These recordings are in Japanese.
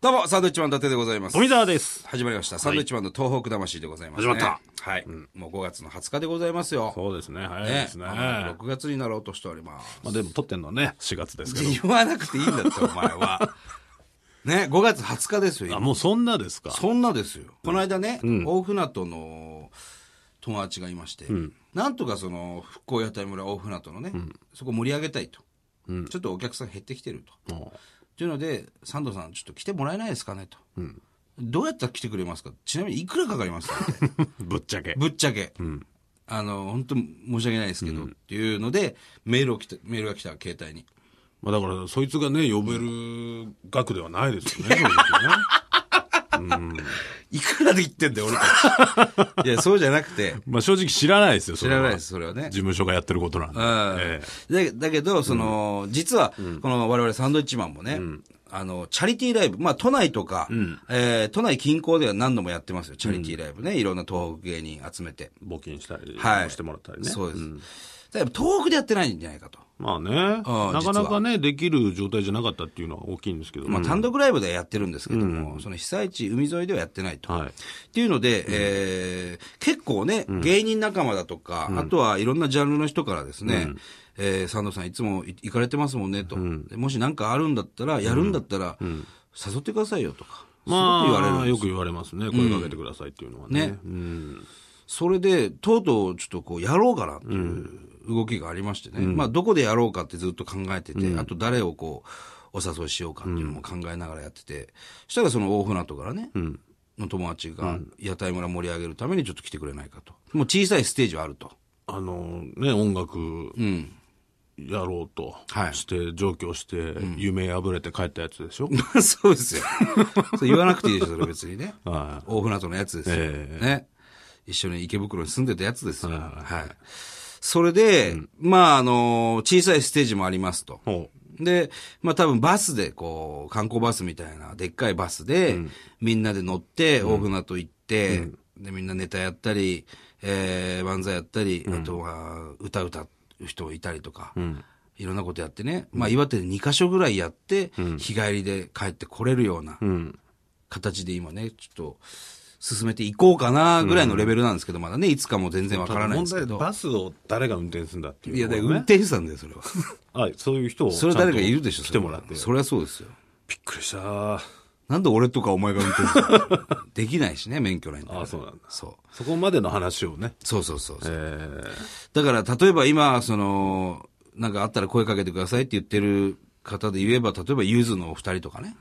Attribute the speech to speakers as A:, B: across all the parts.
A: どうも、サンドウィッチマン伊達でございます。
B: 富澤です。
A: 始まりました。サンドウィッチマンの東北魂でございます、ね。
B: 始ま
A: った。はい、もう5月の20日でございますよ。
B: そうですね。早いですね。
A: あの6月になろうとしております。
B: まあでも撮ってんのね、4月ですけど。
A: 言わなくていいんだって、お前 は。ね、5月20日ですよ、今
B: あ、もうそんなですか。
A: そんなですよ。この間ね、大船渡の友達がいまして、なんとかその復興屋台村大船渡のね、そこ盛り上げたいと、ちょっとお客さん減ってきてると。
B: も
A: というので、サンドさん、ちょっと来てもらえないですかねと。どうやったら来てくれますかちなみにいくらかかりますか って
B: う ぶっちゃけ。
A: ぶっちゃけ。あの、本当申し訳ないですけど、っていうので、メールを来た、メールが来た、携帯に。
B: まあだから、そいつがね、呼べる額ではないですよね。 そうですよね
A: いくらで言ってんだよ、俺た ち。いや、そうじゃなくて、
B: まあ正直知らないですよ、そ
A: 知
B: れは
A: らないです、それはね
B: 事。務所がやってることなんで。ええ
A: だだけど、その、実は、この我々サンドイッチマンもね、あの、チャリティーライブ、まあ、都内とか、えー都内近郊では何度もやってますよ、チャリティーライブね。いろんな東北芸人集めて。
B: 募金したり、
A: はい
B: してもらったりね。
A: そうです。だから東北でやってないんじゃないかと。
B: まあね、なかなかね、できる状態じゃなかったっていうのは大きいんですけど。
A: まあ、単独ライブではやってるんですけども、その被災地、海沿いではやってないと。
B: はい
A: っていうので、えー結構ね、芸人仲間だとか、あとはいろんなジャンルの人からですね、えー、サンドさんいつもい行かれてますもんねと、でもしなんかあるんだったら、やるんだったら、誘ってくださいよとか、
B: まあ、
A: すごく言われるんで
B: よ
A: す
B: く言われますね。声かけてくださいっていうのはね。
A: ね
B: うん。
A: それで、とうとうちょっとこう、やろうかなっていう動きがありましてね、まあ、どこでやろうかってずっと考えてて、あと誰をこう、お誘いしようかっていうのも考えながらやってて、したらその大船渡からね、の友達が、屋台村盛り上げるためにちょっと来てくれないかと。もう小さいステージはあると。
B: あの、ね、音楽
A: うん。
B: やろうと
A: はい
B: して、上京して、夢破れて帰ったやつでしょ、
A: そうですよ。 そう言わなくていいでしょ、それ別にね。
B: は
A: 大船渡のやつですよ、
B: え
A: ね。一緒に池袋に住んでたやつですよ。はい。それで、まあ、あの小さいステージもありますと。
B: い。ほ
A: で、まあ多分バスで、こう、観光バスみたいな、でっかいバスで、みんなで乗って、大船渡行って、で、みんなネタやったり、えー、漫才やったり、あとは、歌歌う人いたりとか、いろんなことやってね、まあ岩手で2カ所ぐらいやって、日帰りで帰ってこれるような
B: う。うん。
A: 形で今ね、ちょっと、進めていこうかな、ぐらいのレベルなんですけど、まだね、いつかも全然わからないんですけ
B: ただ問題
A: ど。
B: バスを誰が運転するんだっていう、
A: いや、だから
B: ね。
A: 運転手さんだよ、それは。
B: はい、そういう人を。
A: それは誰かいるでしょ、
B: 来てもらって。
A: それはそうですよ。
B: びっくりした。あ
A: なんで俺とかお前が運転するの できないしね、免許ないんだから
B: あ、そうなんだ。
A: そう。
B: そこまでの話をね。
A: そうそうそうそう
B: ええ
A: だから、例えば今、その、なんかあったら声かけてくださいって言ってる方で言えば、例えばゆずのお二人とかね。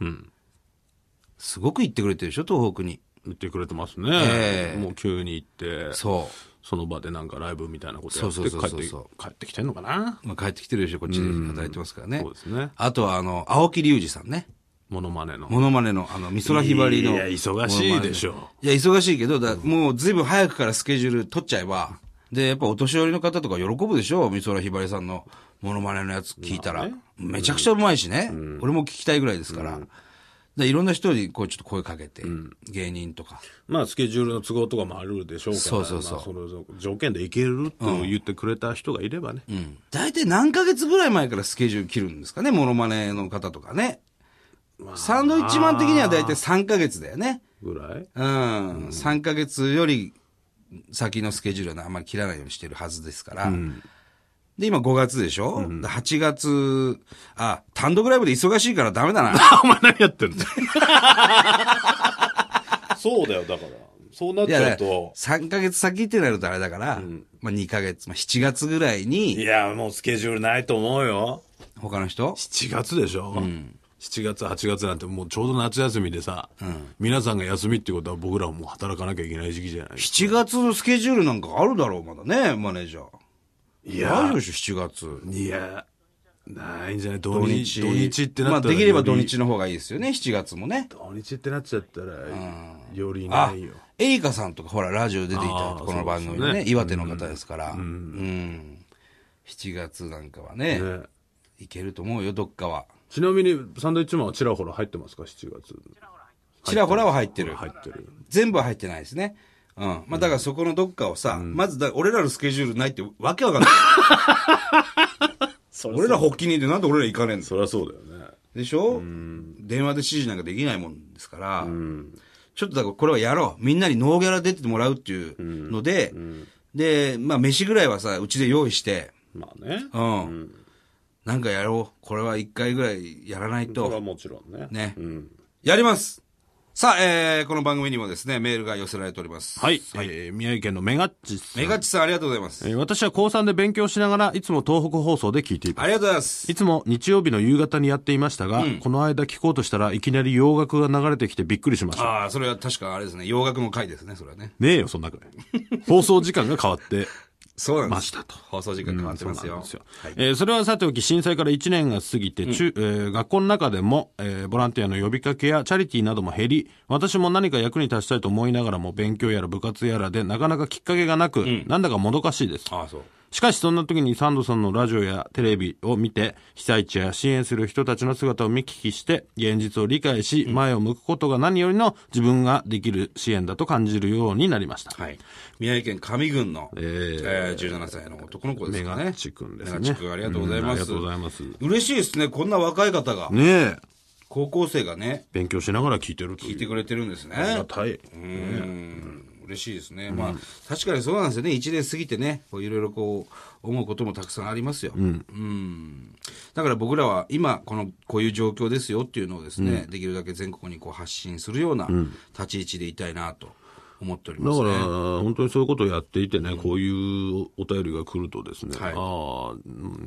A: すごく言ってくれてるでしょ、東北に。
B: 言ってくれてますね。
A: ええ
B: もう急に行って、そ
A: そ
B: の場でなんかライブみたいなことやって
A: そうそうそうそう
B: 帰って、帰ってきてんのかな
A: う。まあ、帰ってきてるでしょ、こっちで働いてますからね。
B: そうですね
A: あとは、あの、青木隆二さんね。
B: モノマネの。
A: モノマネの、あの、美空ひばりの。
B: いや忙しいでしょ
A: モノマネいや、忙しいけど、だもうずいぶん早くからスケジュール取っちゃえば、で、やっぱお年寄りの方とか喜ぶでしょ美空ひばりさんのモノマネのやつ聞いたら。
B: まあね
A: めちゃくちゃうまいしね、俺も聞きたいぐらいですから。でいろんな人にこうちょっと声かけて、芸人とか。
B: まあ、スケジュールの都合とかもあるでしょうから、
A: そうそうそう
B: まあその条件で行けると言ってくれた人がいればね。
A: うん。大体何ヶ月ぐらい前からスケジュール切るんですかねモノマネの方とかね。サンドイッチマン的には大体3ヶ月だよね。
B: ぐらい
A: うん、3ヶ月より先のスケジュールはあんまり切らないようにしてるはずですから。で、今5月でしょ、で ?8 月、あ、単独ライブで忙しいからダメだ な。
B: お前何やってんの そうだよ、だから。そうなっ
A: い
B: ちゃ
A: や、
B: うと。
A: 3ヶ月先ってなるとあれだから、まあ2ヶ月、まあ7月ぐらい
B: い
A: に、
B: や、もうスケジュールないと思うよ。
A: 他の人
B: 7月でしょ、う7月、8月なんてもうちょうど夏休みでさ、皆さんが休みってことは僕らはもう働かなきゃいけない時期じゃない。
A: 7月のスケジュールなんかあるだろう、まだね、マネージャー。
B: い
A: 大丈夫
B: や、
A: でしょ、7月。
B: いや、ないんじゃない土
A: 土
B: 日
A: 日。
B: 土日ってな
A: ま
B: っ
A: あ
B: たら
A: で
B: より、
A: きれば土日の方がいいですよね、7月もね。
B: 土日ってなっちゃったら、より
A: あ
B: ないよ。、
A: エリカさんとかほら、ラジオ出ていただい
B: あ
A: た
B: ー
A: この番組
B: そ
A: のね、
B: うですね
A: 岩手の方ですから、うん。7月なんかはね、
B: ね
A: いけると思うよ、どっかは。
B: ちなみに、サンドイッチマンはちらほら入ってますか ?7 月。
A: ちらほらは入ってる。
B: 入ってる。
A: 全部は入ってないですね。うん。まあ、だからそこのどっかをさ、まずだ、俺らのスケジュールないってわ けわかんない。俺ら発起人でなんで俺ら行かねえんだ
B: そりゃそうだよね。
A: でしょ、電話で指示なんかできないもんですから、ちょっとだからこれはやろう。みんなにノーギャラ出てもらうっていうので、で、まあ飯ぐらいはさ、うちで用意して、
C: まあね。
A: うん。なんかやろう。これは一回ぐらいやらない
C: それは
A: と。
C: もちろんね。
A: ね
C: うん。
A: やりますさあ、えー、この番組にもですね、メールが寄せられております。
B: はい、えー宮城県のメガッチさん
A: メガッチさんありがとうございます。
B: えー私は高3で勉強しながらいつも東北放送で聞いています
A: ありがとうございます。
B: いつも日曜日の夕方にやっていましたが、この間聞こうとしたらいきなり洋楽が流れてきてびっくりしました。
A: ああ、それは確かあれですね、洋楽の回ですね、それはね。
B: ねえよ、そんなくらい。放送時間が変わって。
A: そうなんです。
B: ましたと
A: 放送時間変わってますよ。
B: うんそうなんですよえーそれはさておき、震災から1年が過ぎて、中えー学校の中でも、えーボランティアの呼びかけやチャリティーなども減り、私も何か役に立ちたいと思いながらも、勉強やら部活やらで、なかなかきっかけがなく、なんだかもどかしいです。
A: ああ、そう。
B: しかしそんな時にサンドさんのラジオやテレビを見て、被災地や支援する人たちの姿を見聞きして、現実を理解し、前を向くことが何よりの自分ができる支援だと感じるようになりました。
A: はい。宮城県上郡の、え
B: ー
A: ー17歳の男の子です
B: メ
A: か
B: ガ
A: ね。
B: チ君ですね。
A: メガチ君ありがとうございます
B: んありがとうございます。ね
A: 嬉しいですね、こんな若い方が、
B: え、
A: 高校生がね、
B: 勉強しながら聞いてるとい
A: 聞
B: う。
A: いてくれてるんですね。
B: ありがたい。
A: うん嬉しいですね、まあ、確かにそうなんですよね、1年過ぎてね、こういろいろこう思うこともたくさんありますよ、うんだから僕らは今この、こういう状況ですよっていうのをですね、できるだけ全国にこう発信するような立ち位置でいたいなと思っており
B: だ
A: ま
B: か
A: す
B: ら、
A: ね。
B: 本当にそういうことをやっていてね、こういうお便りが来るとですね、
A: はい
B: ああう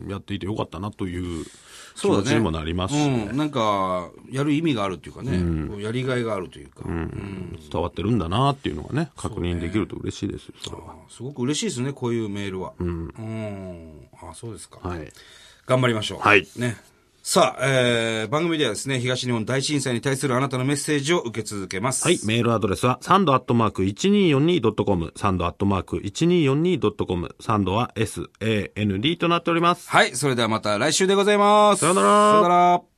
B: ん、やっていてよかったなという気
A: そう
B: 持
A: だ
B: ちにもなりますし、ね
A: うん、なんか、やる意味があるというかね、こうやりがいがあるというか、うん
B: 伝わってるんだなっていうのがね、確認できると嬉しいですよ、それは。
A: すごく嬉しいですね、こういうメールは。うん、あそうですか。
B: はい。
A: 頑張りましょう。
B: はい
A: ね。さあ、えー、番組ではですね、東日本大震災に対するあなたのメッセージを受け続けます。
B: はい、メールアドレスは、サンドアットマーク 1242.com、サンドアットマーク 1242.com、サンドは SAND となっております。
A: はい、それではまた来週でございます。
B: さよなら
A: さよなら。